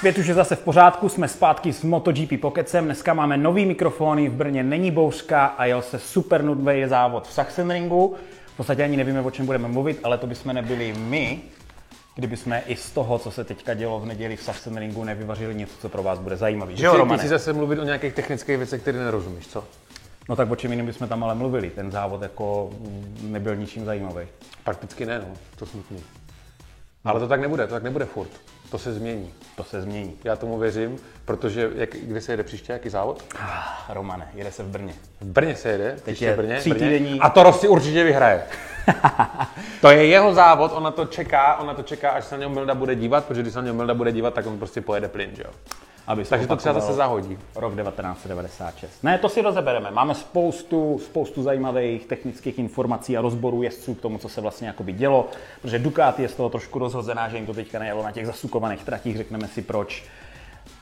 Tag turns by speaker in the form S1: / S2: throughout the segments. S1: Svět už je zase v pořádku, jsme zpátky s MotoGP Pocketcem. Dneska máme nový mikrofony, v Brně není bouřka a jel se super nudvej závod v Sachsenringu. V podstatě ani nevíme, o čem budeme mluvit, ale to bychom nebyli my, kdyby jsme i z toho, co se teďka dělo v neděli v Sachsenringu, nevyvařili něco, co pro vás bude zajímavé. Že jo,
S2: Ty, ty
S1: Romane?
S2: si zase mluvit o nějakých technických věcech, které nerozumíš, co?
S1: No tak o čem jiném bychom tam ale mluvili. Ten závod jako mm, nebyl ničím zajímavý.
S2: Prakticky ne, no, to smutný.
S1: No.
S2: Ale to tak nebude, to tak nebude furt. To se změní.
S1: To se změní.
S2: Já tomu věřím, protože jak, kde se jede příště, jaký závod?
S1: Ah, Romane, jede se v Brně.
S2: V Brně se jede, příště
S1: je
S2: v Brně, v
S1: třítýdenní-
S2: Brně. A to Rossi určitě vyhraje. to je jeho závod, ona to čeká, ona to čeká, až se na něj Milda bude dívat, protože když se na něj Milda bude dívat, tak on prostě pojede plyn, že jo.
S1: Aby se
S2: Takže to třeba
S1: opakoval.
S2: zase zahodí.
S1: Rok 1996. Ne, to si rozebereme. Máme spoustu, spoustu zajímavých technických informací a rozborů jezdců k tomu, co se vlastně jakoby dělo, protože Ducati je z toho trošku rozhozená, že jim to teďka nejelo na těch zasukovaných tratích, řekneme si proč.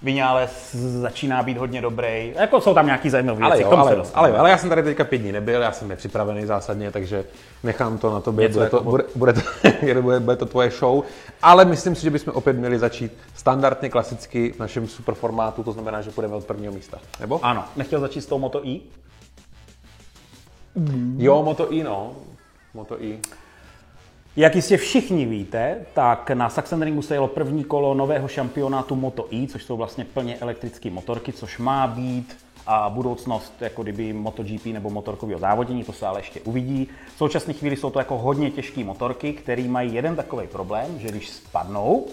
S1: Vinales začíná být hodně dobrý. Jako jsou tam nějaký zajímavé
S2: Ale
S1: věci,
S2: jo,
S1: k tomu
S2: ale,
S1: se
S2: jo,
S1: dostaneme.
S2: ale, jo, ale já jsem tady teďka pět dní nebyl, já jsem nepřipravený zásadně, takže nechám to na tobě,
S1: Něco
S2: bude to,
S1: jako-
S2: bude, bude, to, bude, bude to tvoje show, ale myslím si, že bychom opět měli začít standardně, klasicky v našem superformátu, to znamená, že půjdeme od prvního místa, nebo? A.
S1: Ano, nechtěl začít s tou Moto E?
S2: Jo, Moto I, no. Moto I.
S1: Jak jistě všichni víte, tak na Sachsenringu se jelo první kolo nového šampionátu Moto E, což jsou vlastně plně elektrické motorky, což má být a budoucnost jako kdyby MotoGP nebo motorkového závodění, to se ale ještě uvidí. V současné chvíli jsou to jako hodně těžké motorky, které mají jeden takový problém, že když spadnou,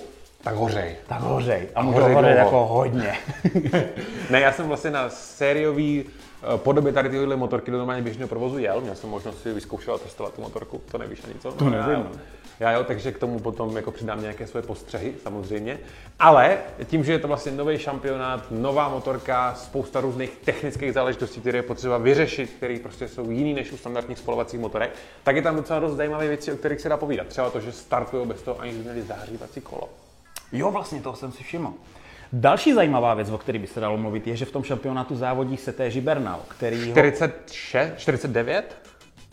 S2: Tak hořej.
S1: tak hořej. A můžou
S2: hořej
S1: hořet
S2: dlouho.
S1: jako hodně.
S2: Ne, já jsem vlastně na sériový eh, podobě tady tyhle motorky do normálně běžného provozu jel, měl jsem možnost si vyzkoušet a testovat tu motorku, to nevíš ani co. To
S1: nevím.
S2: Já jo, takže k tomu potom jako přidám nějaké své postřehy, samozřejmě. Ale tím, že je to vlastně nový šampionát, nová motorka, spousta různých technických záležitostí, které je potřeba vyřešit, které prostě jsou jiný než u standardních spalovacích motorek, tak je tam docela dost zajímavé věci, o kterých se dá povídat. Třeba to, že startují bez toho, aniž by měli zahřívací kolo.
S1: Jo, vlastně toho jsem si všiml. Další zajímavá věc, o které by se dalo mluvit, je, že v tom šampionátu závodí se téži Bernal, který ho...
S2: No. 46, 49?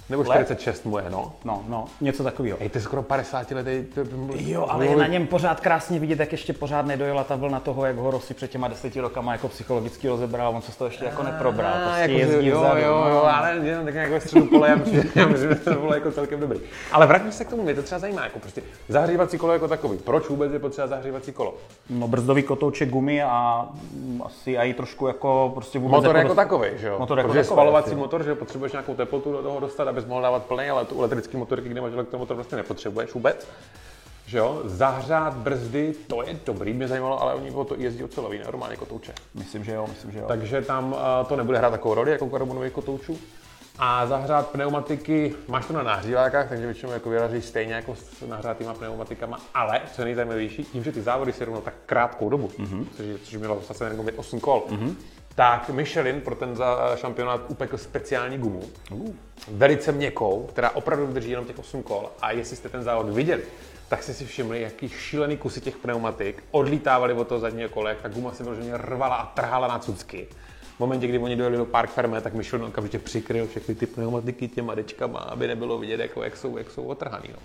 S2: Nebo
S1: Let.
S2: 46 mu je, no.
S1: No, no, něco takového.
S2: Hej, ty skoro 50 letý. to-
S1: Jo, ale je na něm pořád krásně vidět, jak ještě pořád nedojela ta vlna toho, jak ho Rossi před těma deseti rokama jako psychologicky rozebral, on se z toho ještě jako neprobral,
S2: Ah,
S1: prostě
S2: jako,
S1: jezdí
S2: jo,
S1: vzadu,
S2: jo,
S1: no.
S2: jo, ale jenom tak nějak ve středu pole, já myslím, já myslím, že to bylo jako celkem dobrý. Ale vraťme se k tomu, mě to třeba zajímá, jako prostě zahřívací kolo jako takový. Proč vůbec je potřeba zahřívací kolo?
S1: no brzdový kotouček gumy a mm, asi i trošku jako prostě vůbec
S2: Motor jako
S1: dost-
S2: takový, že jo?
S1: Motor jako
S2: Protože
S1: takovej,
S2: spalovací
S1: jo.
S2: motor, že potřebuješ nějakou teplotu do toho dostat, abys mohl dávat plný, ale tu elektrický motorky, kde máš elektromotor, prostě nepotřebuješ vůbec. Že jo? Zahřát brzdy, to je dobrý, mě zajímalo, ale oni o to i jezdí ocelový, ne? normálně kotouče.
S1: Myslím, že jo, myslím, že jo. Tak.
S2: Takže tam eh, to nebude hrát takovou roli jako u karbonových kotoučů. A zahřát pneumatiky, máš to na nahřívákách, takže většinou jako vyraží stejně jako s nahřátýma pneumatikama, ale co je nejzajímavější, tím, že ty závody se rovnou tak krátkou dobu, mm-hmm. což, je- což mělo zase jenom 8 kol, mm-hmm. tak Michelin pro ten za- šampionát upekl speciální gumu, velice měkkou, která opravdu vydrží jenom těch 8 kol a jestli jste ten závod viděli, tak jste si všimli, jaký šílený kusy těch pneumatik odlítávaly od toho zadního kole, jak ta guma se vyloženě rvala a trhala na cucky. V momentě, kdy oni dojeli do Park Ferme, tak Michelin okamžitě přikryl všechny ty pneumatiky těma dečkama, aby nebylo vidět, jako, jak, jsou, jak jsou otrhaný. No.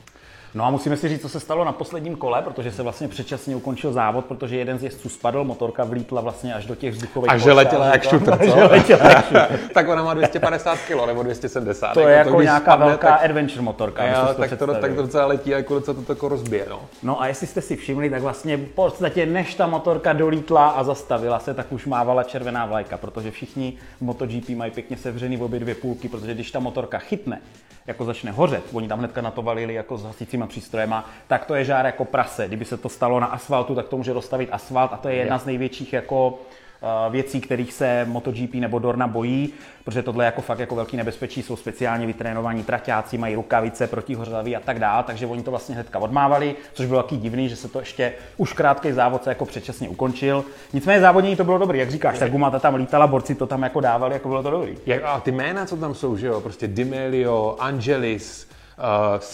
S1: No a musíme si říct, co se stalo na posledním kole, protože se vlastně předčasně ukončil závod, protože jeden z jezdců spadl, motorka vlítla vlastně až do těch vzduchových
S2: A že
S1: polštářů,
S2: letěla jak
S1: to-
S2: šutr,
S1: a
S2: co? jako
S1: že letěla jak šutr.
S2: tak ona má 250 kg nebo 270.
S1: To je
S2: když
S1: jako nějaká
S2: spadne,
S1: velká
S2: Tak,
S1: adventure motorka. abyste si
S2: jo,
S1: to
S2: tak, to, tak
S1: představili.
S2: to docela letí, jako docela to jako rozbije. No.
S1: No a jestli jste si všimli, tak vlastně v podstatě než ta motorka dolítla a zastavila se, tak už mávala červená vlajka, protože všichni v MotoGP mají pěkně sevřený obě dvě půlky, protože když ta motorka chytne, jako začne hořet, oni tam hnedka na to valili jako s hasícíma přístrojema, tak to je žár jako prase. Kdyby se to stalo na asfaltu, tak to může rozstavit asfalt a to je jedna z největších jako eh, věcí, kterých se MotoGP nebo Dorna bojí, protože tohle je jako fakt jako velký nebezpečí, jsou speciálně vytrénovaní traťáci, mají rukavice protihořlaví a tak dále, takže oni to vlastně hnedka odmávali, což bylo taky divný, že se to ještě už krátký závod se jako předčasně ukončil. Nicméně závodnění to bylo dobrý, jak říkáš, ta guma ta tam lítala, borci to tam jako dávali, jako bylo to dobrý.
S2: Jak, a ty jména, co tam jsou, že jo? Prostě Dimelio, Angelis,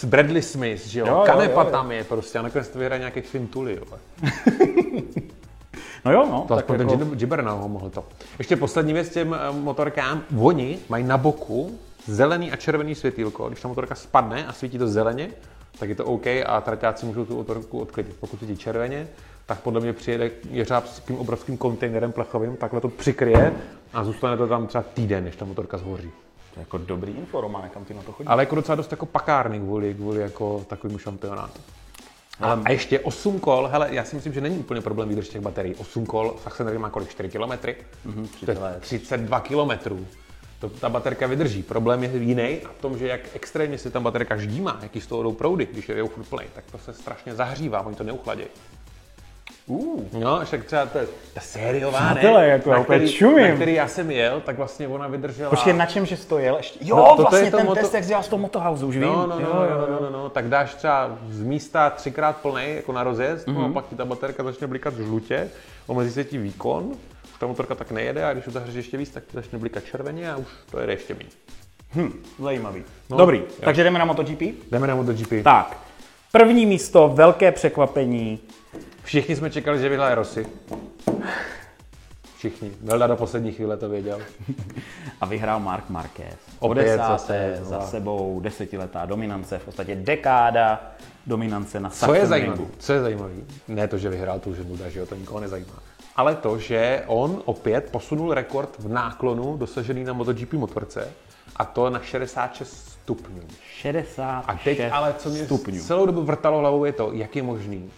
S2: uh, Bradley Smith, že jo?
S1: Jo, jo,
S2: jo Kanepa
S1: jo, jo.
S2: tam je prostě a nakonec to vyhraje nějaký Fintuli, jo.
S1: No jo, no.
S2: To
S1: tak
S2: aspoň ten
S1: jako-
S2: Gib- Gibernau ho mohl to. Ještě poslední věc těm eh, motorkám. Oni mají na boku zelený a červený světýlko. Když ta motorka spadne a svítí to zeleně, tak je to OK a traťáci můžou tu motorku odklidit. Pokud svítí červeně, tak podle mě přijede jeřáb s tím obrovským kontejnerem plechovým, takhle to přikryje a zůstane to tam třeba týden, než ta motorka zhoří.
S1: To je jako dobrý info, Romane, kam ty na to chodíš.
S2: Ale jako docela dost jako pakárny kvůli, kvůli jako takovému šampionátu. A, a ještě 8 kol, hele, já si myslím, že není úplně problém výdrž těch baterií. 8 kol, Sachsenring má kolik? 4 km?
S1: Mhm,
S2: Mm-hmm, to je 32 km. To, ta baterka vydrží. Problém je jiný a v tom, že jak extrémně se tam baterka ždímá, jaký z toho jdou proudy, když je furt plný, tak to se strašně zahřívá, oni to neuchladějí.
S1: Uh,
S2: No, však třeba to je ta sériová, ne?
S1: Přátelé, jako já
S2: na,
S1: úplně
S2: který,
S1: čumím.
S2: na který já jsem jel, tak vlastně ona vydržela...
S1: Počkej, na čem, že jsi to jel ještě? Jo,
S2: No, toto
S1: vlastně
S2: je to
S1: ten
S2: moto-
S1: test, jak dělal z toho motohausu, už vím.
S2: No, no, no, no, no, no, no, tak dáš třeba z místa třikrát plnej, jako na rozjezd, mm-hmm. no a pak ti ta baterka začne blikat žlutě, omezí se ti výkon, už ta motorka tak nejede a když to zahřeš ještě víc, tak ti začne blikat červeně a už to jede ještě méně.
S1: Hm, zajímavý.
S2: No,
S1: Dobrý, takže jdeme na MotoGP?
S2: Jdeme na MotoGP. Ta.
S1: Tak, první místo, velké překvapení.
S2: Všichni jsme čekali, že vyhraje Rossi. Všichni. Velda do poslední chvíle to věděl.
S1: A vyhrál Mark Marquez.
S2: Opět
S1: Desáté
S2: zase,
S1: za
S2: no.
S1: sebou desetiletá dominance, v podstatě dekáda dominance na
S2: Co je
S1: Sachsenringu.
S2: zajímavé? Co je zajímavé? Ne to, že vyhrál tu Žemluda, že jo, to nikoho nezajímá. Ale to, že on opět posunul rekord v náklonu dosažený na MotoGP motorce a to na 66 stupňů.
S1: 66
S2: A teď ale, co mě
S1: stupňů.
S2: celou dobu vrtalo hlavou, je to, jak je možný.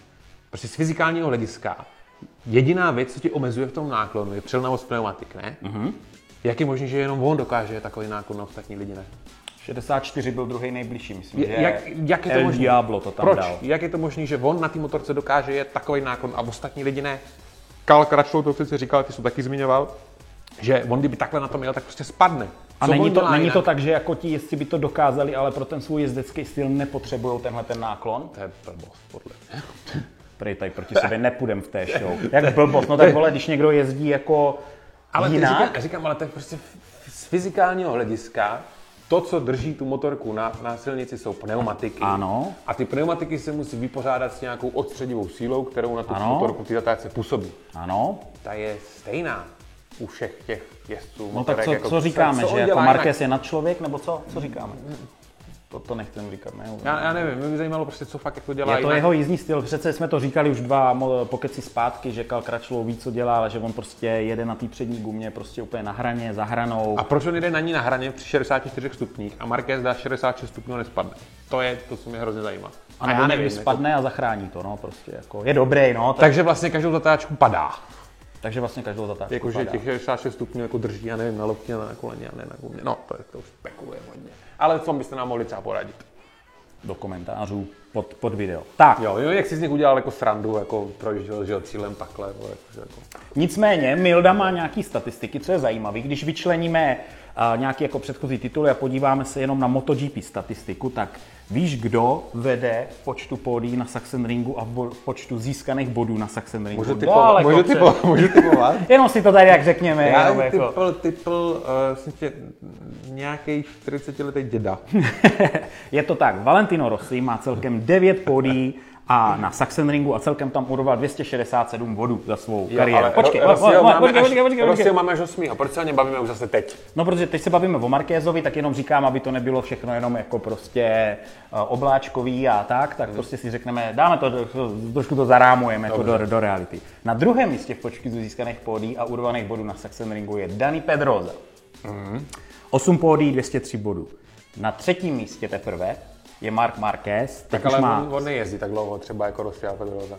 S2: Prostě z fyzikálního hlediska jediná věc, co ti omezuje v tom náklonu, je přilnavost pneumatik, ne? Mm-hmm. Jak je možné, že jenom on dokáže takový náklon na ostatní lidi, ne?
S1: 64 byl druhý nejbližší, myslím, že
S2: Je- Jak, jak je to
S1: El
S2: možné?
S1: Diablo to tam
S2: Proč?
S1: dal.
S2: Jak je to možné, že on na té motorce dokáže jet takový nákon a ostatní lidi ne? Karl Kračlou to přece říkal, ty jsi to taky zmiňoval, že on kdyby takhle na tom jel, tak prostě spadne.
S1: A
S2: Co
S1: není
S2: on
S1: to,
S2: dělá
S1: není
S2: jinak?
S1: to tak, že jako ti jezdci by to dokázali, ale pro ten svůj jezdecký styl nepotřebují tenhle ten náklon?
S2: To je blbost, podle mě.
S1: Prej tady proti sobě nepůjdem v té show. Jak blbost, no tak vole, když někdo jezdí jako
S2: Ale ty
S1: jinak,
S2: říkám, říkám, ale to je prostě f- z fyzikálního hlediska, to, co drží tu motorku na, na silnici, jsou pneumatiky.
S1: Ano.
S2: A ty pneumatiky se musí vypořádat s nějakou odstředivou sílou, kterou na tu
S1: Ano.
S2: motorku ty zatáčce působí.
S1: ano,
S2: ta je stejná u všech těch jezdců.
S1: No tak co, jako, co říkáme, že jako Marquez je nad člověk, nebo co, co říkáme? To, to nechcem říkat, ne?
S2: Já, já nevím, mě by zajímalo prostě, co fakt jako dělá
S1: Je to jeho jízdní styl, přece jsme to říkali už dva mo- pokeci zpátky, že Kal Kračlou ví, co dělá, ale že on prostě jede na té přední gumě, prostě úplně na hraně, za hranou.
S2: A proč on jde na ní na hraně při 64 stupních a Marquez dá 66 stupňů a nespadne? To je to, co mě hrozně zajímá. Jako
S1: a jako- nebo někdy spadne a zachrání to, no, prostě jako, je dobrý, no, tak,
S2: Takže vlastně každou zatáčku padá.
S1: takže vlastně každou zatáčku
S2: Jakože
S1: padá.
S2: těch 66 stupňů jako drží, já nevím, na loptě, na koleně a ne na gumě. No, to, je, to už spekuluje hodně. Ale v tom byste nám mohli třeba poradit.
S1: do komentářů pod, pod video. Tak,
S2: Jo, jo, jak jsi z nich udělal jako srandu, jako projížděl, že jo, cílem takhle, vole, jakože jako.
S1: Nicméně Milda má nějaké statistiky, co je zajímavé. Když vyčleníme a, nějaký jako předchozí tituly a podíváme se jenom na MotoGP statistiku, tak víš, kdo vede v počtu pódií na Sachsenringu a v bo- v počtu získaných bodů na Sachsenringu?
S2: Můžu typovat,
S1: Daleko
S2: můžu
S1: před-
S2: typovat, můžu typovat.
S1: Jenom si to tady jak řekněme.
S2: Já
S1: jenom
S2: bych
S1: jako.
S2: typl, typl, uh, jsem tě, nějaký 40-letý děda.
S1: Je to tak, Valentino Rossi má celkem 9 pódií a na Sachsenringu a celkem tam urval 267 bodů za svou kariéru. Počkej,
S2: Ro- Rossio
S1: mo- mo-
S2: máme
S1: počkej,
S2: až-
S1: počkej, počkej, počkej.
S2: Rossio máme až 8. A proč se o něm bavíme už zase teď?
S1: No, protože teď se bavíme o Markézovi, tak jenom říkám, aby to nebylo všechno jenom jako prostě eh, obláčkový a tak,
S2: Mhm.
S1: tak prostě si řekneme, dáme to, do- to- trošku to zarámujeme to do, do, reality. Na druhém místě v počtu získaných pódí a urvaných bodů na Sachsenringu je Dani Pedroza.
S2: Mhm.
S1: 8 pódí, 203 bodů. Na třetím místě teprve je Mark Marquez,
S2: Tak
S1: tak už
S2: ale
S1: má...
S2: on, on nejezdí tak dlouho, třeba jako Rossio a Pedroza.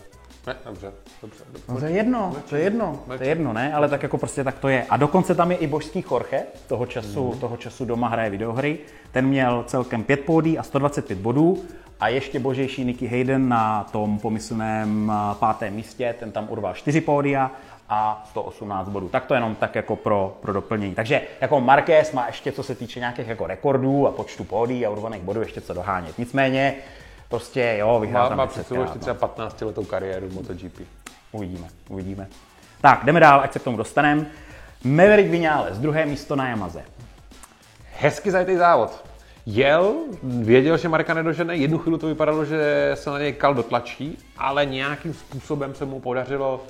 S2: Ne, dobře, dobře, dobře.
S1: No to je jedno, to je jedno, to je jedno, ne, ale tak jako prostě tak to je. A dokonce tam je i božský Jorge, toho
S2: Mhm.
S1: času, toho času doma hraje videohry. Ten měl celkem pět pódí a 125 bodů a ještě božejší Nicky Hayden na tom pomyslném a, pátém místě, ten tam urval čtyři pódia a 118 bodů. Tak to jenom tak jako pro, pro doplnění. Takže jako Marquez má ještě co se týče nějakých jako rekordů a počtu pódí a urvaných bodů ještě co dohánět. Nicméně prostě jo, vyhrál
S2: Má,
S1: tam
S2: má před sebou
S1: 10krát,
S2: ještě
S1: no.
S2: třeba 15 letou kariéru v MotoGP.
S1: Uvidíme, uvidíme. Tak, jdeme dál, ať se k tomu dostaneme. Maverick Vinales, druhé místo na Yamaze.
S2: Hezky zajetý závod. Jel, věděl, že Marka nedožene, jednu chvíli to vypadalo, že se na něj Kal dotlačí, ale nějakým způsobem se mu podařilo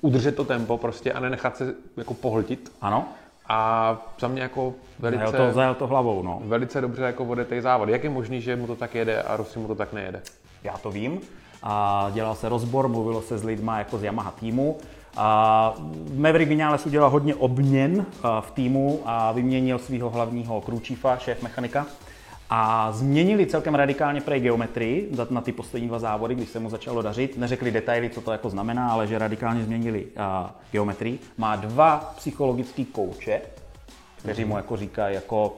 S2: udržet to tempo prostě a nenechat se jako pohltit.
S1: Ano?
S2: A za mě jako
S1: Zajel
S2: velice,
S1: to, zajel to hlavou, no.
S2: velice dobře jako odetej závod. Jak je možný, že mu to tak jede a Rossi mu to tak nejede?
S1: Já to vím. a dělal se rozbor, mluvilo se s lidma jako z Yamaha týmu. A Maverick Vinales udělal hodně obměn a, v týmu a vyměnil svého hlavního krůčífa, šéf mechanika. A změnili celkem radikálně prej geometrii za- na ty poslední dva závody, když se mu začalo dařit. Neřekli detaily, co to jako znamená, ale že radikálně změnili a, geometrii. Má dva psychologické kouče, kteří mu jako říkají jako...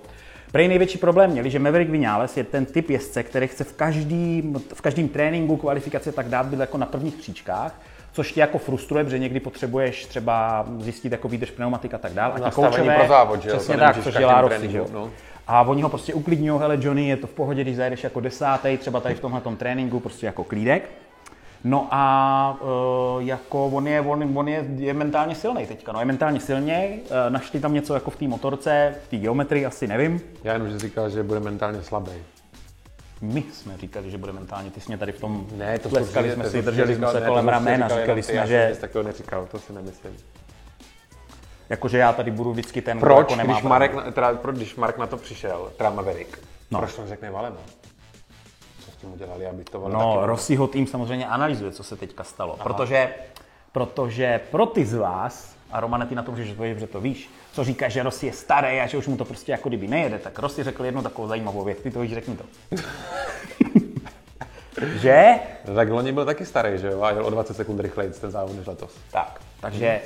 S1: Prej největší problém měli, že Maverick Vinales je ten typ jezdce, který chce v každém, v každém tréninku, kvalifikace tak dát být jako na prvních příčkách, což tě jako frustruje, protože někdy potřebuješ třeba zjistit, jako výdrž pneumatik a tak dál. A ti
S2: Nastavení
S1: koučové,
S2: pro závod, že jo,
S1: Přesně
S2: to
S1: tak,
S2: nemůžeš
S1: což
S2: v každém
S1: dělá Rossi,
S2: tréninku,
S1: že jo.
S2: no.
S1: A oni ho prostě uklidňují, hele Johnny, je to v pohodě, když zajedeš jako desátý, třeba tady v tomhle tréninku, prostě jako klídek. No a uh, jako on je, on, on je, je mentálně silný teďka, no je mentálně silněj, uh, našli tam něco jako v té motorce, v té geometrii, asi nevím.
S2: Já jenom, že říkal, že bude mentálně slabý.
S1: My jsme říkali, že bude mentálně, ty jsi mě tady v tom
S2: Ne, to
S1: tleskali
S2: jsi-
S1: jsme
S2: to
S1: si,
S2: jsi
S1: drželi jsme
S2: říkal,
S1: se
S2: no, ne,
S1: kolem
S2: no, to jsi
S1: ramena,
S2: říkal
S1: říkali
S2: jenom ty,
S1: jsme,
S2: já jsem
S1: že
S2: nic takového neříkal, to si nemyslím.
S1: jakože jako, já tady budu vždycky ten, kdo
S2: Proč,
S1: jako nemá
S2: když,
S1: pravdu.
S2: Marek, na- teda, pro, když Mark na to přišel, teda Maverick,
S1: No.
S2: no. proč to řekne Valema? Co s tím udělali, aby to Valema
S1: No,
S2: taky...
S1: Rossiho tým samozřejmě analyzuje, co se teďka stalo, protože, protože pro ty z vás, a Romane, ty na to můžeš odpovědět, že to víš, co říká, že Rossi je starý a že už mu to prostě jako kdyby nejede, tak Rossi řekl jednu takovou zajímavou věc, ty to víš, řekni to. že?
S2: No, tak loni byl taky starý, že jo? A jel o 20 sekund rychleji ten závod než letos.
S1: Tak, takže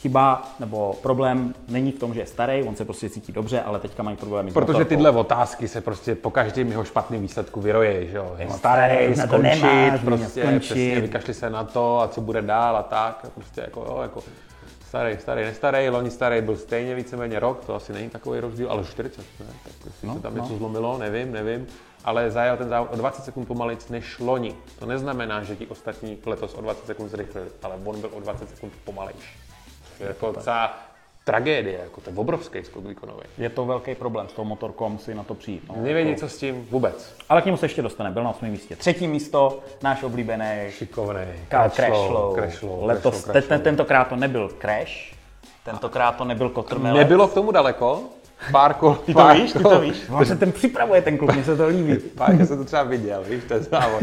S1: chyba nebo problém není v tom, že je starý, on se prostě cítí dobře, ale teďka mají problémy s
S2: Protože
S1: motorkou.
S2: tyhle otázky se prostě po každém jeho špatném výsledku vyrojej, že jo? Je
S1: moc
S2: starý,
S1: starý, na to
S2: skončit,
S1: nemáš,
S2: prostě,
S1: skončit.
S2: přesně, vykašli se na to a co bude dál a tak, a prostě jako, jo, jako starý, starý, nestarý, loni starý byl stejně víceméně rok, to asi není takový rozdíl, ale 40, ne? Tak jestli
S1: No,
S2: no, se tam
S1: no.
S2: no. něco zlomilo, nevím, nevím, ale zajel ten závod o 20 sekund pomalejc než loni. To neznamená, že ti ostatní letos o 20 sekund zrychlili, ale on byl o 20 sekund pomalejší. To je jako celá tragédie, jako to je obrovský skok výkonový.
S1: Je to velký problém s tou motorkou, musí na to přijít. No.
S2: Nevědí, co s tím vůbec.
S1: Ale k němu se ještě dostane, byl na osmém místě. Třetí místo, náš oblíbený
S2: Šikovný.
S1: Crashlow. Letos, te, te, tentokrát to nebyl Crash, tentokrát to nebyl Kotrmele.
S2: Nebylo k tomu daleko. Pár kol,
S1: Ty to víš, ty to víš. On se ten připravuje ten kluk, mně se to líbí.
S2: Pár, já jsem to třeba viděl, víš, ten závod.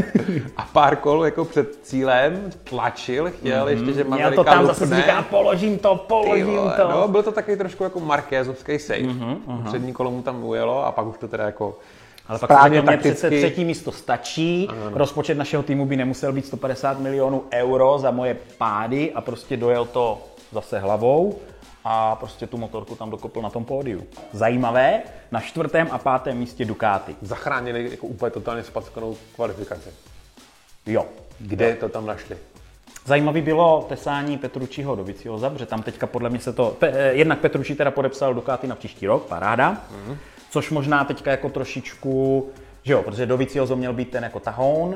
S2: A pár kol jako před cílem tlačil, chtěl mm-hmm. ještě, že
S1: Mhm. Já
S2: Mavericka
S1: to tam zase
S2: lupne.
S1: říká, položím to,
S2: Ty
S1: položím
S2: vole,
S1: to. Mhm,
S2: No, byl to takový trošku jako markézovský save. Mm-hmm, Přední kolo mu tam ujelo a pak už to teda jako
S1: Ale pak
S2: správně
S1: Správně mě přece
S2: takticky-
S1: třetí místo stačí, rozpočet našeho týmu by nemusel být 150 milionů euro za moje pády a prostě dojel to zase hlavou a prostě tu motorku tam dokopl na tom pódiu. Zajímavé, na čtvrtém a pátém místě Ducati.
S2: zachránili jako úplně totálně spackanou kvalifikaci.
S1: Jo.
S2: Kde to tam našli?
S1: Zajímavý bylo tesání Petručího do Vicioza, protože tam teďka podle mě se to... Pe, eh, jednak Petručí teda podepsal Ducati na příští rok, paráda,
S2: Mhm.
S1: mm. což možná teďka jako trošičku, že jo, protože do Viciozo měl být ten jako tahoun,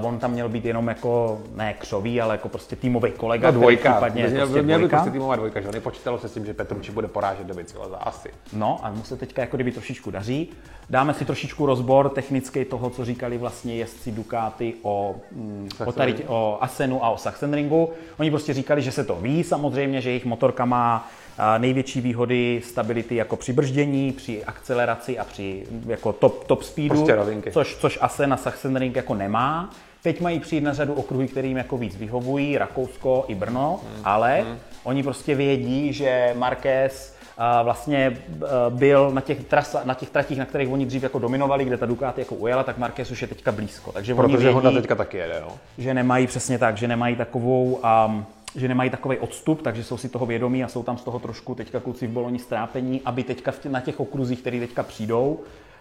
S1: Uh, on tam měl být jenom jako, ne křový, ale jako prostě týmový kolega,
S2: Ta
S1: který
S2: No, dvojka.
S1: případně je
S2: Měl,
S1: prostě
S2: prostě měl by
S1: dvojka.
S2: prostě týmová dvojka, že jo? Nepočítalo se s tím, že Petruči bude porážet do Bicila za asi.
S1: No a mu se teďka jako kdyby trošičku daří. Dáme si trošičku rozbor technický toho, co říkali vlastně jezdci Ducati o, mm, o, tady, o Asenu a o Sachsenringu. Oni prostě říkali, že se to ví samozřejmě, že jejich motorka má a, největší výhody stability jako při brždění, při akceleraci a při jako top, top speedu,
S2: Prostě rovinky.
S1: což, což Asen a Sachsenring jako nemá. Teď mají přijít na řadu okruhy, kterým jako víc vyhovují, Rakousko i Brno,
S2: Mhm.
S1: ale oni prostě vědí, že Marquez a vlastně eh, byl na těch, trasa, na těch tratích, na kterých oni dřív jako dominovali, kde ta Ducati jako ujela, tak Marquez už je teďka blízko. Takže oni
S2: Protože
S1: vědí,
S2: Honda teďka taky jede, no.
S1: že nemají přesně tak, že nemají takovou um, že nemají takový odstup, takže jsou si toho vědomí a jsou tam z toho trošku teďka kluci v Boloni strápení, aby teďka v tě, na těch okruzích, které teďka přijdou,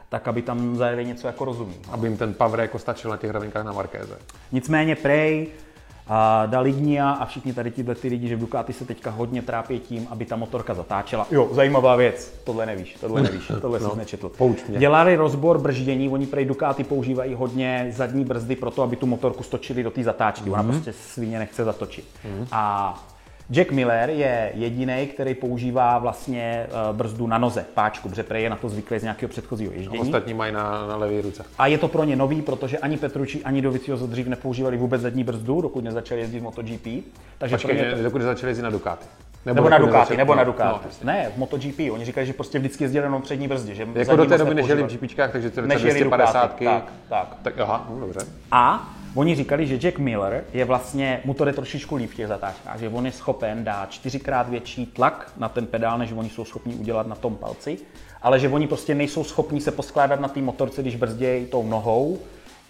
S1: tak aby tam zajeli něco jako rozumí.
S2: Aby jim ten Pavre jako stačil na těch rovinkách na Markéze.
S1: Nicméně Prej, a Dalignia a všichni tady tyhle ty lidi, že v Ducati se teďka hodně trápí tím, aby ta motorka zatáčela. Jo, zajímavá věc, tohle nevíš, tohle nevíš, tohle no, jsi nečetl.
S2: pouč mě.
S1: Dělali rozbor brždění, oni prej Ducati používají hodně zadní brzdy pro to, aby tu motorku stočili do té zatáčky,
S2: Mhm.
S1: ona prostě svině nechce zatočit. A Jack Miller je jediný, který používá vlastně eh, brzdu na noze, páčku, protože prej je na to zvyklý z nějakého předchozího
S2: No,
S1: ježdění.
S2: Ostatní mají na, na levé ruce.
S1: A je Hm? to pro ně nový, protože ani Petrucci, ani Dovizioso dřív nepoužívali vůbec zadní brzdu, dokud nezačali jezdit v MotoGP. Takže pro ně
S2: Počkej,
S1: to...
S2: ne, dokud začali jezdit na Ducati.
S1: Nebo na
S2: dokud
S1: Ducati,
S2: nezačali-
S1: nebo na
S2: no,
S1: Ducati.
S2: no.
S1: ne, v MotoGP. Oni říkali, že prostě vždycky jezdili jenom přední brzdy. Že
S2: Jako
S1: zadní
S2: do té
S1: moc
S2: doby než jeli v
S1: nepoužívali.
S2: džipičkách, takže to je
S1: Než jeli Ducati,
S2: 250.
S1: tak, tak.
S2: tak. aha, no, dobře.
S1: A Oni říkali, že Jack Miller je vlastně, mu to jde trošičku líp v těch zatáčkách, že on je schopen dát čtyřikrát větší tlak na ten pedál, než oni jsou schopni udělat na tom palci, ale že oni prostě nejsou schopni se poskládat na té motorce, když brzdějí tou nohou,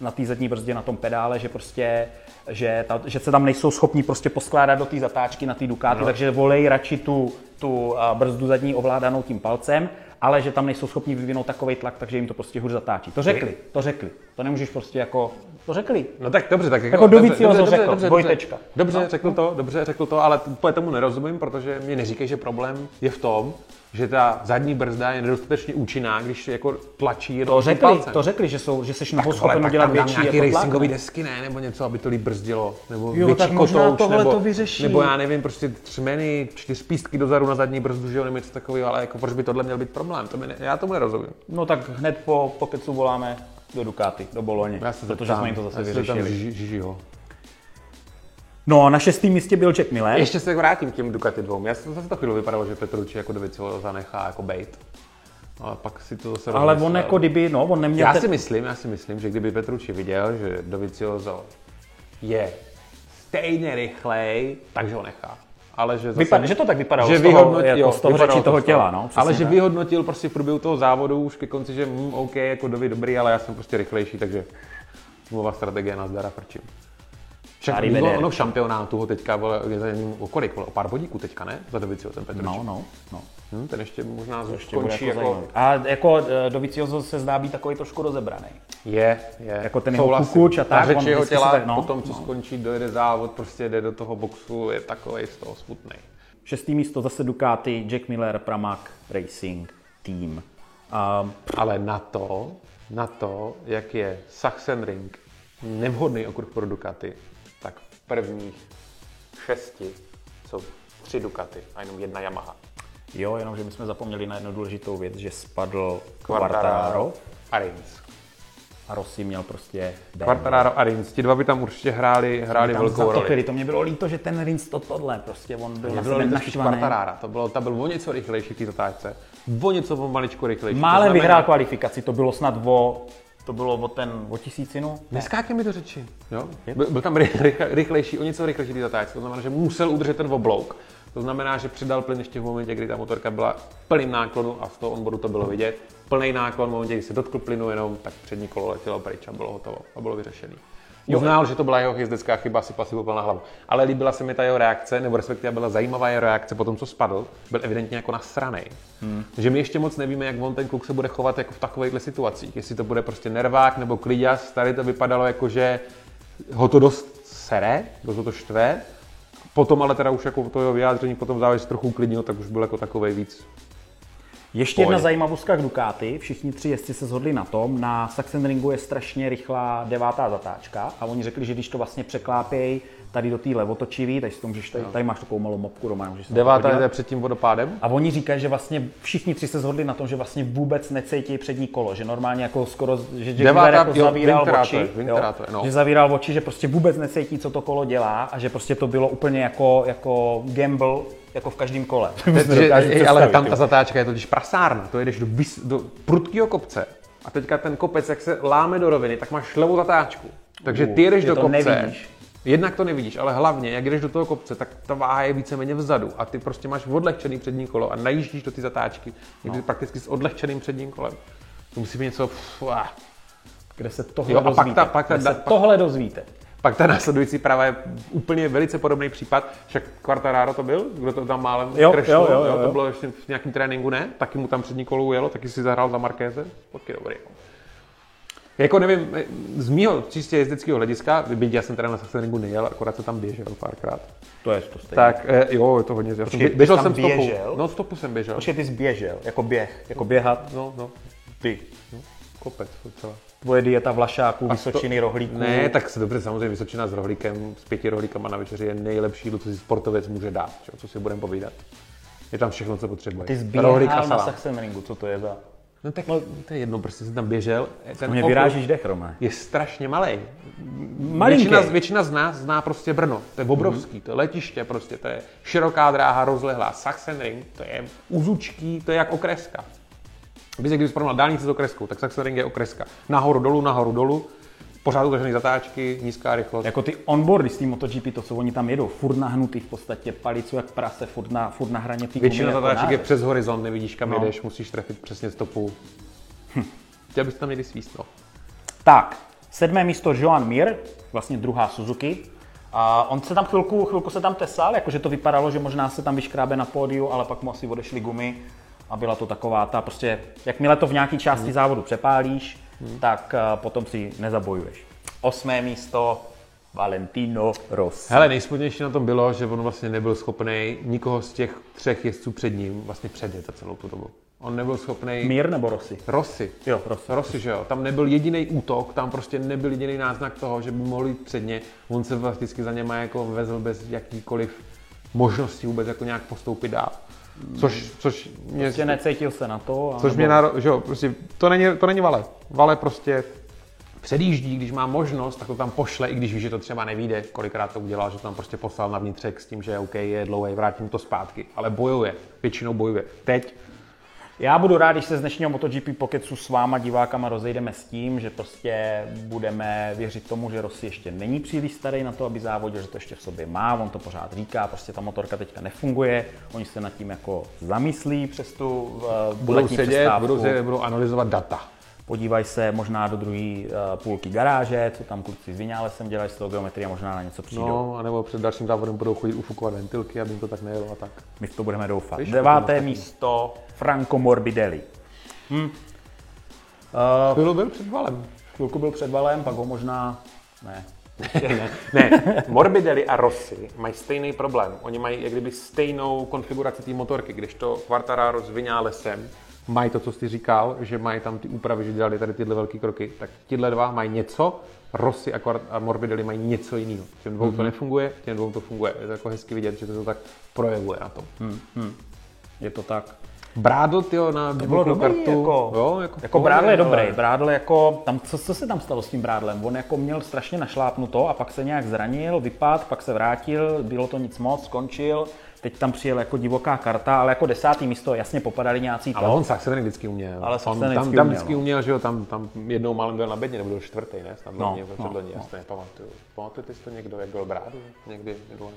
S1: na té zadní brzdě, na tom pedále, že prostě, že, ta, že se tam nejsou schopni prostě poskládat do té zatáčky na té Ducati, no. takže volej radši tu, tu a, brzdu zadní ovládanou tím palcem, ale že tam nejsou schopni vyvinout takový tlak, takže jim to prostě hůř zatáčí. To řekli, to řekli. To nemůžeš prostě jako, to řekli.
S2: No tak dobře, tak
S1: Jako do vícího
S2: dobře,
S1: to
S2: dobře,
S1: řekl,
S2: dobře,
S1: dvojtečka.
S2: Dobře,
S1: No.
S2: dobře řekl to, dobře, řekl to, ale úplně tomu nerozumím, protože mě neříkej, že problém je v tom, že ta zadní brzda je nedostatečně účinná, když jako tlačí
S1: To
S2: jenom tím
S1: řekli,
S2: palcem. Jako,
S1: to řekli, že jsou, že seš na
S2: Ale
S1: schopen
S2: pak
S1: udělat
S2: tam dám
S1: větší
S2: nějaký
S1: jako tlak.
S2: racingový desky, ne, nebo něco, aby to líp brzdilo, nebo
S1: Jo,
S2: větší
S1: tak možná
S2: kotouč,
S1: tohle
S2: nebo,
S1: to vyřeší.
S2: nebo já nevím, prostě třmeny, čtyřpístky dozadu na zadní brzdu, že jo, nebo něco takového, ale jako proč by tohle měl být problém, to mi ne, já tomu nerozumím.
S1: No tak hned po, po kecu voláme do Ducati, do Boloně,
S2: Já se
S1: protože
S2: zeptám,
S1: jsme jim to zase
S2: jestli tam
S1: vyřešili.
S2: Žiži- Žižiho.
S1: No, na šestém místě byl Jack Miller.
S2: Ještě se vrátím k těm Ducati dvou. Já jsem zase to chvíli vypadalo, že Petrucci jako Dovicilo zanechá jako bait. Ale pak si to zase
S1: Ale on
S2: rozmyslel.
S1: jako kdyby, no, on neměl...
S2: Já
S1: ten-
S2: si myslím, já si myslím, že kdyby Petrucci viděl, že Dovizioso je stejně rychlej, takže ho nechá. Ale že, zase,
S1: Vypadá- že to tak vypadalo
S2: že
S1: z toho-
S2: vyhodnotil,
S1: jako z toho
S2: vypadalo
S1: řeči
S2: to
S1: toho
S2: z
S1: těla, no, přesně
S2: Ale že
S1: tak.
S2: vyhodnotil prostě v průběhu toho závodu už ke konci, že mm, OK, jako Dovi dobrý, ale já jsem prostě rychlejší, takže nová strategie na zdara prčím. Však
S1: Arrivederci.
S2: ono, ono v šampionátu ho teďka bylo, je za ním o kolik, bylo? o pár bodíků teďka, ne? Za Dovizio ten Petrucci.
S1: No, no, no.
S2: Hm, ten ještě možná ještě
S1: To bude
S2: končí jako,
S1: zajímavý. A jako eh, Dovizioso se zdá být takový trošku rozebraný.
S2: Je, je.
S1: Jako ten jeho
S2: Souhlasím.
S1: kukuč a tak,
S2: Ta řeč
S1: on
S2: jeho
S1: vždycky
S2: těla,
S1: se
S2: tak,
S1: tak-
S2: no,
S1: no,
S2: po tom, co skončí, dojede závod, prostě jde do toho boxu, je takový z toho smutný.
S1: Šestý místo zase Ducati, Jack Miller, Pramac Racing Team. Um,
S2: Ale na to, na to, jak je Sachsenring nevhodný okruh pro Ducati, tak v prvních šesti jsou tři Ducati a jenom jedna Yamaha.
S1: jo, jenomže my jsme zapomněli na jednu důležitou věc, že spadl Quartararo
S2: a Rins.
S1: a Rossi měl prostě BMW.
S2: Quartararo a Rins, ti dva by tam určitě hráli, hráli
S1: Tam
S2: velkou roli.
S1: zatopili, to mě bylo líto, že ten Rins to tohle, prostě on byl
S2: Mě
S1: na
S2: bylo
S1: sebe
S2: líto spíš
S1: naštvaný.
S2: Quartarara, to bylo, ta byl o něco rychlejší v té zatáčce. O něco pomaličku rychlejší. to
S1: Mále
S2: znamená-
S1: vyhrál kvalifikaci, to bylo snad o, to bylo o ten, o tisícinu?
S2: Neskákej mi do řeči. Jo? Byl, byl tam ry- ry- rychlejší, o něco rychlejší ty zatáčky, to znamená, že musel udržet ten oblouk. To znamená, že přidal plyn ještě v momentě, kdy ta motorka byla v plným náklonu a z toho onboardu to bylo vidět. Plný náklon v momentě, kdy se dotkl plynu, jenom tak přední kolo letělo pryč a bylo hotovo a bylo vyřešený. Uznal, že to byla jeho jezdecká chyba, si pasi popel na hlavu. Ale líbila se mi ta jeho reakce, nebo respektive byla zajímavá jeho reakce po tom, co spadl. Byl evidentně jako nasranej. Hmm. Že my ještě moc nevíme, jak on ten kluk se bude chovat jako v takovýchhle situacích. Jestli to bude prostě nervák nebo klidas. Tady to vypadalo jako, že ho to dost sere, dost ho to štve. Potom ale teda už jako to jeho vyjádření potom závěr trochu uklidnilo, tak už byl jako takový víc.
S1: Ještě
S2: Pojď.
S1: jedna zajímavostka k Ducati. Všichni tři jezdci se shodli na tom. Na Sachsenringu je strašně rychlá devátá zatáčka a oni řekli, že když to vlastně překlápěj tady do té levotočivý, takže to můžeš tady, tady, máš takovou malou mopku doma, můžeš se
S2: Devátá
S1: podívat.
S2: jde před tím vodopádem.
S1: A oni říkají, že vlastně všichni tři se shodli na tom, že vlastně vůbec necítí přední kolo, že normálně jako skoro, že Jack
S2: Devátá-
S1: Miller jako
S2: jo,
S1: zavíral
S2: Winterá to
S1: oči,
S2: je, Winterá to je, no.
S1: že zavíral oči, že prostě vůbec necítí, co to kolo dělá a že prostě to bylo úplně jako, jako gamble, jako v každém kole.
S2: Že,
S1: Dokážu
S2: ej, eh, ale
S1: představit,
S2: tam
S1: jo.
S2: ta zatáčka je totiž prasárna, to jedeš do, vys, do prudkého kopce a teďka ten kopec, jak se láme do roviny, tak máš levou zatáčku. Takže
S1: Uh,
S2: ty jedeš
S1: že
S2: do
S1: to
S2: kopce,
S1: nevidíš.
S2: jednak to nevidíš, ale hlavně, jak jdeš do toho kopce, tak ta váha je víceméně vzadu a ty prostě máš odlehčený přední kolo a najíždíš do ty zatáčky,
S1: No.
S2: někdy prakticky s odlehčeným předním kolem. To musí být něco... Pff, ah.
S1: kde se tohle
S2: Jo, a pak
S1: dozvíte.
S2: ta- pak ta-
S1: kde se
S2: pak-
S1: tohle dozvíte.
S2: Pak ta následující práva je úplně velice podobný případ, však Quartararo to byl, kdo to tam málem
S1: Jo,
S2: crashlo,
S1: jo, jo, jo,
S2: to
S1: jo.
S2: bylo ještě v nějakém tréninku, ne? Taky mu tam přední kolo ujelo, taky si zahrál za Markéze, taky dobrý. Jako nevím, z mýho čistě jezdeckého hlediska, byť já jsem teda na Sachsenringu nejel, akorát se tam běžel párkrát.
S1: To je to stejné.
S2: Tak eh, jo, je to hodně já jsem
S1: Počkej,
S2: bě- Běžel
S1: tam
S2: jsem stopu.
S1: běžel?
S2: No, stopu jsem běžel.
S1: Počkej, ty zběžel, jako běh, jako běhat.
S2: No, no,
S1: Ty.
S2: kopec docela.
S1: Tvoje dieta vlašáků,
S2: A sto-
S1: vysočiny, rohlíků.
S2: Ne, tak se dobře, samozřejmě Vysočina s rohlíkem, s pěti rohlíkama na večeři je nejlepší jídlo, co si sportovec může dát, čo? co si budeme povídat. Je tam všechno, co potřebuje.
S1: Ty
S2: Rohlík a
S1: zběhal na
S2: salát.
S1: Sachsenringu, co to je za...
S2: No tak to je jedno, prostě jsem tam běžel. Ten
S1: Mě
S2: okruh
S1: vyrážíš dech, Romé.
S2: Je strašně malý.
S1: Malinký.
S2: Většina, většina, z nás zná prostě Brno, to je
S1: Mhm.
S2: obrovský, to je letiště prostě, to je široká dráha, rozlehlá. Sachsenring, to je uzučký, to je jak okreska. Víte, kdyby jsi porovnal dálnici s okreskou, tak Sachsenring je okreska. Nahoru, dolů, nahoru, dolů. pořád udržený zatáčky, nízká rychlost.
S1: Jako ty onboardy z té MotoGP, to, co oni tam jedou, furt nahnutý v podstatě, palicu jak prase, furt na, furt na hraně té
S2: Většina
S1: gumy, jako
S2: zatáček je
S1: nářez.
S2: přes horizont, nevidíš kam
S1: No. Hm.
S2: no. jdeš, musíš trefit přesně stopu. Chtěl bys tam někdy svíst, no.
S1: Tak, sedmé místo Joan Mir, vlastně druhá Suzuki. A on se tam chvilku, chvilku se tam tesal, jakože to vypadalo, že možná se tam vyškrábe na pódiu, ale pak mu asi odešly gumy a byla to taková ta prostě, jakmile to v nějaké části
S2: Hmm.
S1: závodu přepálíš, tak a, potom si nezabojuješ. Osmé místo Valentino Rossi.
S2: Hele, nejsmutnější na tom bylo, že on vlastně nebyl schopný nikoho z těch třech jezdců před ním vlastně předjet za celou tu dobu. On nebyl schopný.
S1: Mir nebo Rossi?
S2: Rossi.
S1: Jo, Rossi.
S2: Rossi, že jo. Tam nebyl jediný útok, tam prostě nebyl jediný náznak toho, že by mohl jít předně. On se fakticky za něma jako vezl bez jakýkoliv možnosti vůbec jako nějak postoupit dál. Což, což mě,
S1: Prostě necítil se na to. A
S2: což mě náro... že jo, prostě to není, to není vale. Vale prostě předjíždí, když má možnost, tak to tam pošle, i když ví, že to třeba nevíde, kolikrát to udělal, že to tam prostě poslal na vnitřek s tím, že OK, je dlouhý, vrátím to zpátky, ale bojuje, většinou bojuje. Teď
S1: Já budu rád, když se z dnešního MotoGP Pocketu s váma divákama rozejdeme s tím, že prostě budeme věřit tomu, že Rossi ještě není příliš starý na to, aby závodil, že to ještě v sobě má, on to pořád říká, prostě ta motorka teďka nefunguje, oni se nad tím jako zamyslí přes tu eh,
S2: budou
S1: letní
S2: sedět,
S1: přestávku.
S2: budou, sedět, budou analyzovat data.
S1: Podívají se možná do druhé eh, půlky garáže, co tam kluci s Vinálesem dělají z toho geometrie a možná na něco přijdou.
S2: No, anebo před dalším závodem budou chodit ufukovat ventilky, aby jim to tak nejelo a tak.
S1: My v to budeme doufat.
S2: Víš, to
S1: Deváté
S2: bylo
S1: místo, Franco Morbidelli. Hm. Eh,
S2: Byl, byl před valem.
S1: Chvilku byl před valem, pak ho možná... Ne.
S2: ne, Morbidelli a Rossi mají stejný problém. Oni mají jak kdyby stejnou konfiguraci té motorky, když to Quartararo s Vinálesem mají to, co jsi říkal, že mají tam ty úpravy, že dělali tady tyhle velké kroky, tak tihle dva mají něco, Rossi a, Quart- a Morbidelli mají něco jiného. Těm dvou
S1: Mhm.
S2: to nefunguje, těm dvou to funguje. Je to jako hezky vidět, že to, to tak projevuje na tom.
S1: Je to tak.
S2: Brádl, tyjo, na to
S1: Bylo dobrý,
S2: kartu.
S1: kartu, jako,
S2: jo, jako, v
S1: jako
S2: pohodě,
S1: brádl je
S2: ale-
S1: dobrý. Brádl jako, tam, co, co se tam stalo s tím brádlem? On jako měl strašně našlápnuto a pak se nějak zranil, vypadl, pak se vrátil, bylo to nic moc, skončil. Teď tam přijel jako divoká karta, ale jako desátý místo jasně popadali nějací
S2: Ale on Saxen vždycky uměl.
S1: Ale
S2: on,
S1: Saxena
S2: tam,
S1: vždycky uměl,
S2: tam vždycky
S1: no.
S2: uměl, že jo, tam, tam jednou málem byl na bedně, nebo byl čtvrtý, ne? Snad no,
S1: no,
S2: no, no, já si to nepamatuju. Pamatujete si to někdo, jak byl brádu? Někdy minule.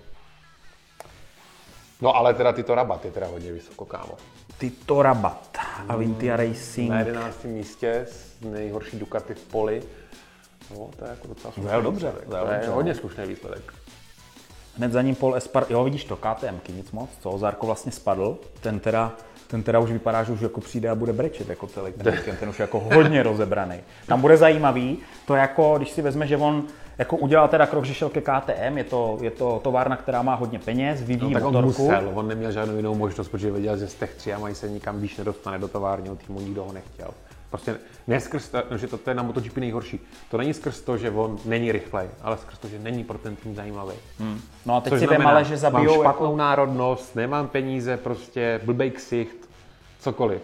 S2: No ale teda tyto rabat je teda hodně vysoko, kámo.
S1: Tito Rabat, Avintia Racing.
S2: Na 11. místě s nejhorší Ducati v poli. No, to je jako docela slušný
S1: Zajel dobře,
S2: výsledek.
S1: zajel
S2: To je no.
S1: dobře,
S2: hodně slušný výsledek.
S1: Hned za ním Paul Espar, jo vidíš to, KTMky, nic moc, co, Zarko vlastně spadl, ten teda, ten teda už vypadá, že už jako přijde a bude brečet jako celý ten víkend, ten už je jako hodně rozebraný. Tam bude zajímavý, to jako, když si vezme, že on jako udělal teda krok, že šel ke KTM, je to, je to továrna, která má hodně peněz, vyvíjí
S2: No, tak on
S1: motorku.
S2: musel, on neměl žádnou jinou možnost, protože věděl, že z těch tří a mají se nikam výš nedostane do továrního týmu, nikdo ho nechtěl. Prostě ne skrz to, že to, to je na MotoGP nejhorší. To není skrz to, že on není rychlej, ale skrz to, že není pro ten tým zajímavý. Hmm.
S1: No a teď si vem ale, že
S2: mám
S1: zabijou,
S2: špatnou
S1: jako,
S2: jako... národnost, nemám peníze, prostě blbej ksicht, cokoliv.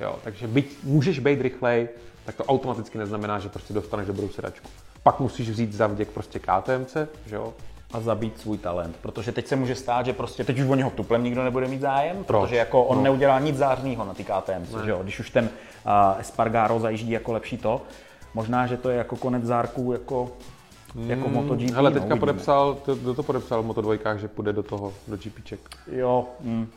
S2: Jo, takže byť můžeš být rychlej, tak to automaticky neznamená, že prostě dostaneš dobrou sedačku. Pak musíš vzít za vděk prostě KTMC, že jo,
S1: a zabít svůj talent, protože teď se může stát, že prostě teď už o něho tuplem nikdo nebude mít zájem,
S2: Proč? No.
S1: protože jako on neudělá nic zářného na ty KTM, že jo? když už ten uh, Espargaro zajíždí jako lepší to, možná, že to je jako konec zárků jako, jako MotoGP.
S2: Hmm, Hele,
S1: no,
S2: teďka
S1: uvidíme.
S2: podepsal, to, kdo to podepsal v Moto2, že půjde do toho, do GPček.
S1: Jo, mm.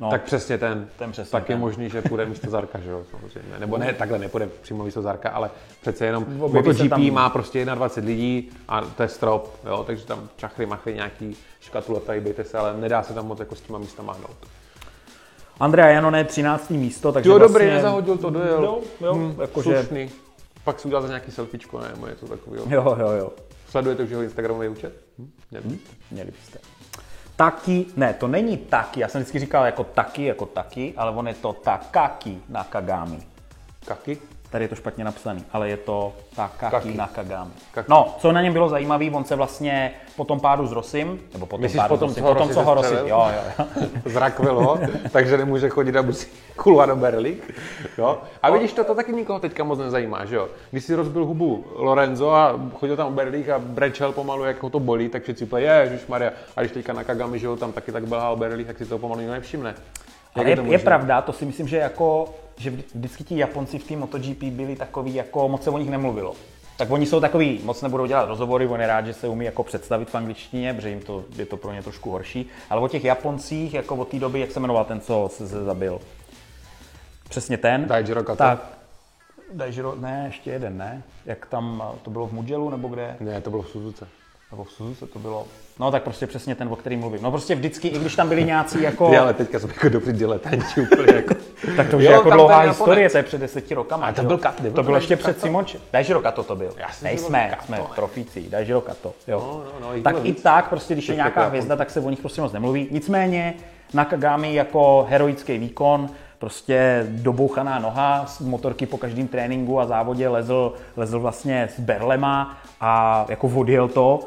S1: no,
S2: Tak přesně ten.
S1: Ten přesně
S2: tak je
S1: ten.
S2: možný, že půjde místo Zarka, že jo, samozřejmě. Nebo ne, takhle nepůjde přímo místo Zarka, ale přece jenom
S1: Objeví se
S2: MotoGP
S1: tam-
S2: má prostě 21 lidí a to je strop, jo, takže tam čachry, machry, nějaký škatuletají, bejte se, ale nedá se tam moc jako s těma místama hnout.
S1: Andrea Janone 13. místo, takže
S2: Jo,
S1: vlastně...
S2: dobrý, nezahodil to, dojel. Hm,
S1: Jo, jo, jakože-
S2: slušný. Pak si udělal za nějaký selfiečko, nebo něco takového.
S1: Jo, jo, jo,
S2: Sledujete už jeho Instagramový účet? Hm? Nevím.
S1: měli byste. Taky, ne, to není taky, já jsem vždycky říkal jako taky, jako taky, ale on je to takaki Nakagami.
S2: Kaky?
S1: Tady je to špatně napsaný, ale je to Takaki
S2: Kaki.
S1: Nakagami.
S2: Kaki.
S1: No, co na něm bylo zajímavé, on se vlastně po tom pádu s Rosim, nebo po tom
S2: Myslíš
S1: pádu
S2: po tom,
S1: s Rosim,
S2: co ho
S1: po tom,
S2: Rossi
S1: co ho Rosim, jo,
S2: zastřelil?
S1: jo, jo.
S2: zrakvil ho, takže nemůže chodit a musí kulovat do berlík. Jo? A vidíš, to, to taky nikoho teďka moc nezajímá, že jo? Když si rozbil hubu Lorenzo a chodil tam o berlík a brečel pomalu, jak ho to bolí, tak všichni úplně, ježiš Maria. A když teďka na Kagami, že jo, tam taky tak belhá o berlík, tak si to pomalu nikdo nevšimne.
S1: Ale je, je pravda, to si myslím, že jako že vždy- vždycky ti Japonci v té MotoGP byli takový, jako moc se o nich nemluvilo. Tak oni jsou takový, moc nebudou dělat rozhovory, on je rád, že se umí jako představit v angličtině, protože jim to, je to pro ně trošku horší. Ale o těch Japoncích, jako od té doby, jak se jmenoval ten, co se se zabil? Přesně ten.
S2: Daijiro Kato.
S1: Tak. Daijiro, ne, ještě jeden, ne? Jak tam, to bylo v Mugellu nebo kde?
S2: Ne, to bylo v Suzuce.
S1: Nebo v Suzuce to bylo. No tak prostě přesně ten, o kterým mluvím. No prostě vždycky, i když tam byli nějací jako...
S2: Ty, ale teďka jsem jako dobrý diletanti úplně jako.
S1: Tak to už
S2: Jo,
S1: je jako
S2: tam
S1: dlouhá
S2: ten Japonec.
S1: historie, to je před deseti rokama.
S2: A to
S1: že jo?
S2: byl Kat- nebyl
S1: To
S2: to
S1: bylo ještě
S2: Daijiro
S1: před Simonče. Dajžiro Kato to byl.
S2: Já jsem si
S1: Nejsme,
S2: říkal, Kato,
S1: jsme
S2: ale.
S1: profíci, Dajžiro Kato. Jo.
S2: No, no, no, jich
S1: tak
S2: bylo
S1: i
S2: víc.
S1: tak, prostě když je
S2: Těch
S1: nějaká
S2: jako
S1: hvězda, tak se o nich prostě moc nemluví. Nicméně Nakagami jako heroický výkon, prostě dobouchaná noha, z motorky po každém tréninku a závodě lezl, lezl vlastně s berlema a jako odjel to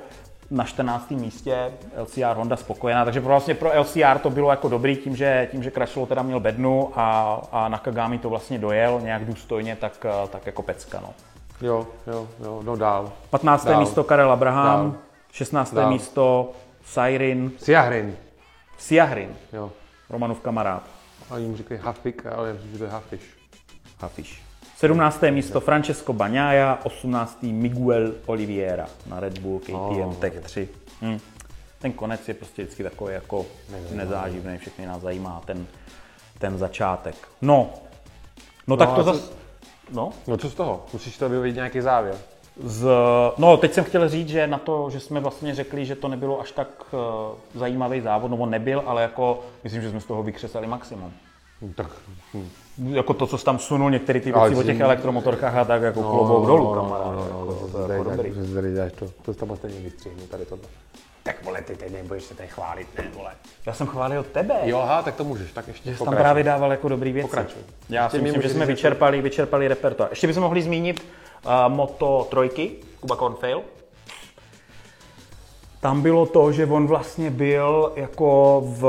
S1: na 14. místě LCR Honda spokojená, takže pro, vlastně pro LCR to bylo jako dobrý tím, že, tím, že Crashlo teda měl bednu a, a Nakagami to vlastně dojel nějak důstojně, tak, eh, tak jako pecka. No.
S2: Jo, jo, jo, no dál.
S1: 15.
S2: Dál.
S1: místo Karel Abraham,
S2: Dál.
S1: 16.
S2: Dál.
S1: místo Sairin,
S2: Siahrin,
S1: Siahrin,
S2: jo.
S1: Romanův kamarád,
S2: Oni mu řekli Hafik, ale já myslím, že to je Hafiš.
S1: Hafiš. 17. místo Francesco Bagnaia, 18. Miguel Oliveira na Red Bull KTM
S2: Oh.
S1: Tech 3. Hm. Ten konec je prostě vždycky takový jako nezáživný, všechny nás zajímá ten, ten začátek. No, no, tak
S2: a
S1: to
S2: co-
S1: zase... No?
S2: No co z toho? Musíš to vyvědět nějaký závěr.
S1: Z, no, teď jsem chtěl říct, že na to, že jsme vlastně řekli, že to nebylo až tak eh, zajímavý závod, nebo nebyl, ale jako myslím, že jsme z toho vykřesali maximum.
S2: No, tak, hm.
S1: Jako to, co jsi tam sunul, některé ty
S2: Ale
S1: věci o těch
S2: jsi-
S1: elektromotorkách a tak jako klobouk dolů,
S2: No,
S1: kamaráde.
S2: no, no,
S1: jako
S2: no,
S1: to je jako dobrý.
S2: to tady dáš to. To tam stejně vystřihnu, tady tohle. Tak vole, ty teď nebudeš se tady chválit, ne vole.
S1: Já jsem chválil tebe.
S2: Jo, aha, tak to můžeš, tak ještě
S1: Jsi tam právě dával jako dobrý věci.
S2: Pokračuj.
S1: Já si
S2: Ještě mi
S1: myslím, že
S2: můžeš
S1: jsme
S2: říct
S1: vyčerpali, vyčerpali repertoár. Ještě bychom mohli zmínit uh, moto trojky, Kuba Cornfail. Tam bylo to, že on vlastně byl jako v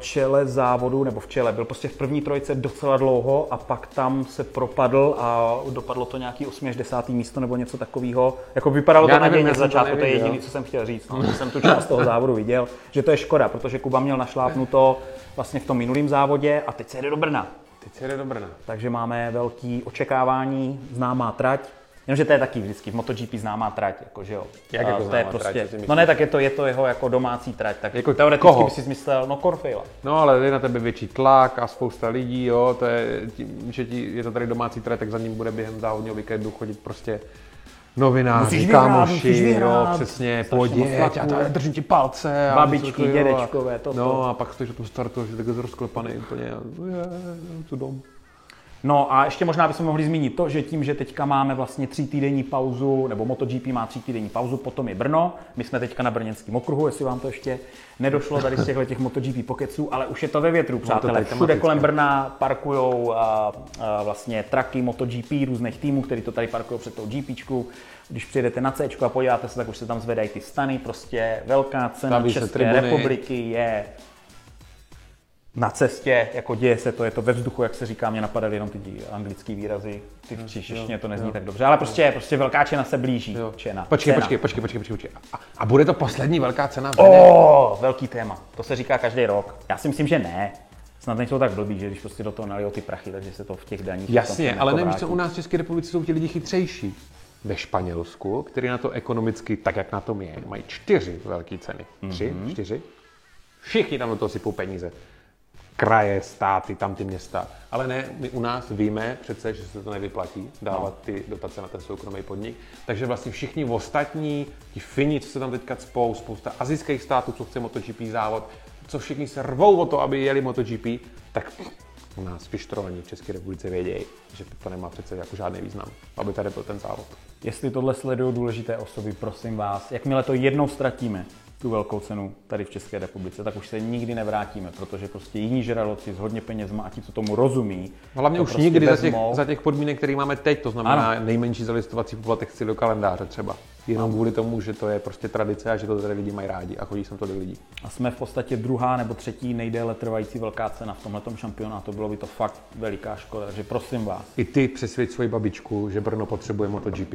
S1: čele závodu, nebo v čele, byl prostě v první trojce docela dlouho a pak tam se propadl a dopadlo to nějaký 8 až 10. místo nebo něco takového. Jako vypadalo
S2: Já
S1: to
S2: nevím,
S1: nadějně
S2: já
S1: z
S2: jsem to
S1: začátku, to je
S2: neviděl.
S1: jediný, co jsem chtěl říct, no, že jsem tu část toho závodu viděl, že to je škoda, protože Kuba měl našlápnuto vlastně v tom minulém závodě a teď se jede do Brna.
S2: Teď se jde do Brna.
S1: Takže máme velký očekávání, známá trať. Jenomže to je taky vždycky v MotoGP známá trať, jako, že jo.
S2: Jak
S1: A
S2: jako
S1: to je
S2: známá trať,
S1: prostě,
S2: co ty myslíš?
S1: No ne, tak je to, je to jeho jako domácí trať, tak
S2: Jako
S1: teoreticky
S2: koho?
S1: by si myslel, no Corfeila.
S2: No ale je na tebe větší tlak a spousta lidí, jo, to je, tím, že ti, je to tady domácí trh, tak za ním bude během závodního víkendu chodit prostě novináři,
S1: Musíš vyhrát,
S2: kámoši,
S1: musíš vyhrát.
S2: jo, přesně,
S1: Strašně moc
S2: pojď,
S1: tlaku.
S2: a to, držím ti palce. A
S1: Babičky,
S2: něco takového, a-
S1: dědečkové, toto.
S2: No a pak stojíš na tom startu, že takhle rozklepaný úplně, a no, je, je, tu dom.
S1: No a ještě možná bychom mohli zmínit to, že tím, že teďka máme vlastně tří týdenní pauzu, nebo MotoGP má tří týdenní pauzu, potom je Brno, my jsme teďka na brněnském okruhu, jestli vám to ještě nedošlo tady z těchto těch MotoGP pokeců, ale už je to ve větru, přátelé.
S2: No, tady
S1: Všude
S2: tematicky.
S1: kolem Brna parkujou a, a vlastně traky MotoGP různých týmů, který to tady parkují před tou GPčkou. Když přijedete na C a podíváte se, tak už se tam zvedají ty stany, prostě velká cena
S2: Staví se
S1: České
S2: tribuny.
S1: republiky je na cestě, jako děje se to, je to ve vzduchu, jak se říká, mě napadaly jenom ty dí- anglický výrazy, ty v češtině to nezní tak dobře, ale prostě, prostě velká čena se blíží,
S2: Jo.
S1: čena,
S2: Počkej,
S1: cena.
S2: počkej, počkej, počkej, počkej, počkej. A, a bude to poslední velká cena? v Brně?
S1: O, velký téma, to se říká každý rok, já si myslím, že ne, snad nejsou tak blbí, že když prostě do toho nalijou ty prachy, takže se to v těch daních
S2: Jasně,
S1: potom
S2: ale
S1: jako
S2: nevím, co
S1: vrátí.
S2: u nás v České republice jsou ti lidi chytřejší. Ve Španělsku, který na to ekonomicky, tak jak na tom je, mají čtyři velké ceny. Tři,
S1: Mhm.
S2: mm-hmm. čtyři. Všichni tam do toho sypou peníze. Kraje, státy, tam ty města. Ale ne, my u nás víme přece, že se to nevyplatí dávat ty dotace na ten soukromý podnik. Takže vlastně všichni ostatní, ti Fini, co se tam teďka cpou, spousta azijských států, co chce MotoGP závod, co všichni se rvou o to, aby jeli MotoGP, tak u nás pištrovaní v České republice vědějí, že to nemá přece jako žádný význam, aby tady byl ten závod.
S1: Jestli tohle sledují důležité osoby, prosím vás, jakmile to jednou ztratíme, tu velkou cenu tady v České republice, tak už se nikdy nevrátíme, protože prostě jiní žraloci s hodně penězma a ti, co tomu rozumí,
S2: Hlavně
S1: to
S2: už
S1: prostě
S2: nikdy za těch,
S1: vezmou.
S2: za těch podmínek, které máme teď, to znamená
S1: Ano.
S2: nejmenší zalistovací poplatek si do kalendáře třeba. Jenom kvůli tomu, že to je prostě tradice a že to tady lidi mají rádi a chodí sem tolik lidí.
S1: A jsme v podstatě druhá nebo třetí nejdéle trvající velká cena v tomhle šampionátu. Bylo by to fakt veliká škoda, takže prosím vás,
S2: I ty přesvědč svoji babičku, že Brno potřebuje MotoGP.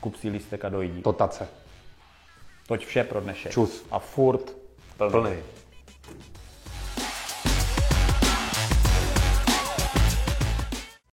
S1: kup si lístek a dojdi. To...
S2: Dotace.
S1: Toť vše pro dnešek.
S2: Čus.
S1: A furt
S2: Plný.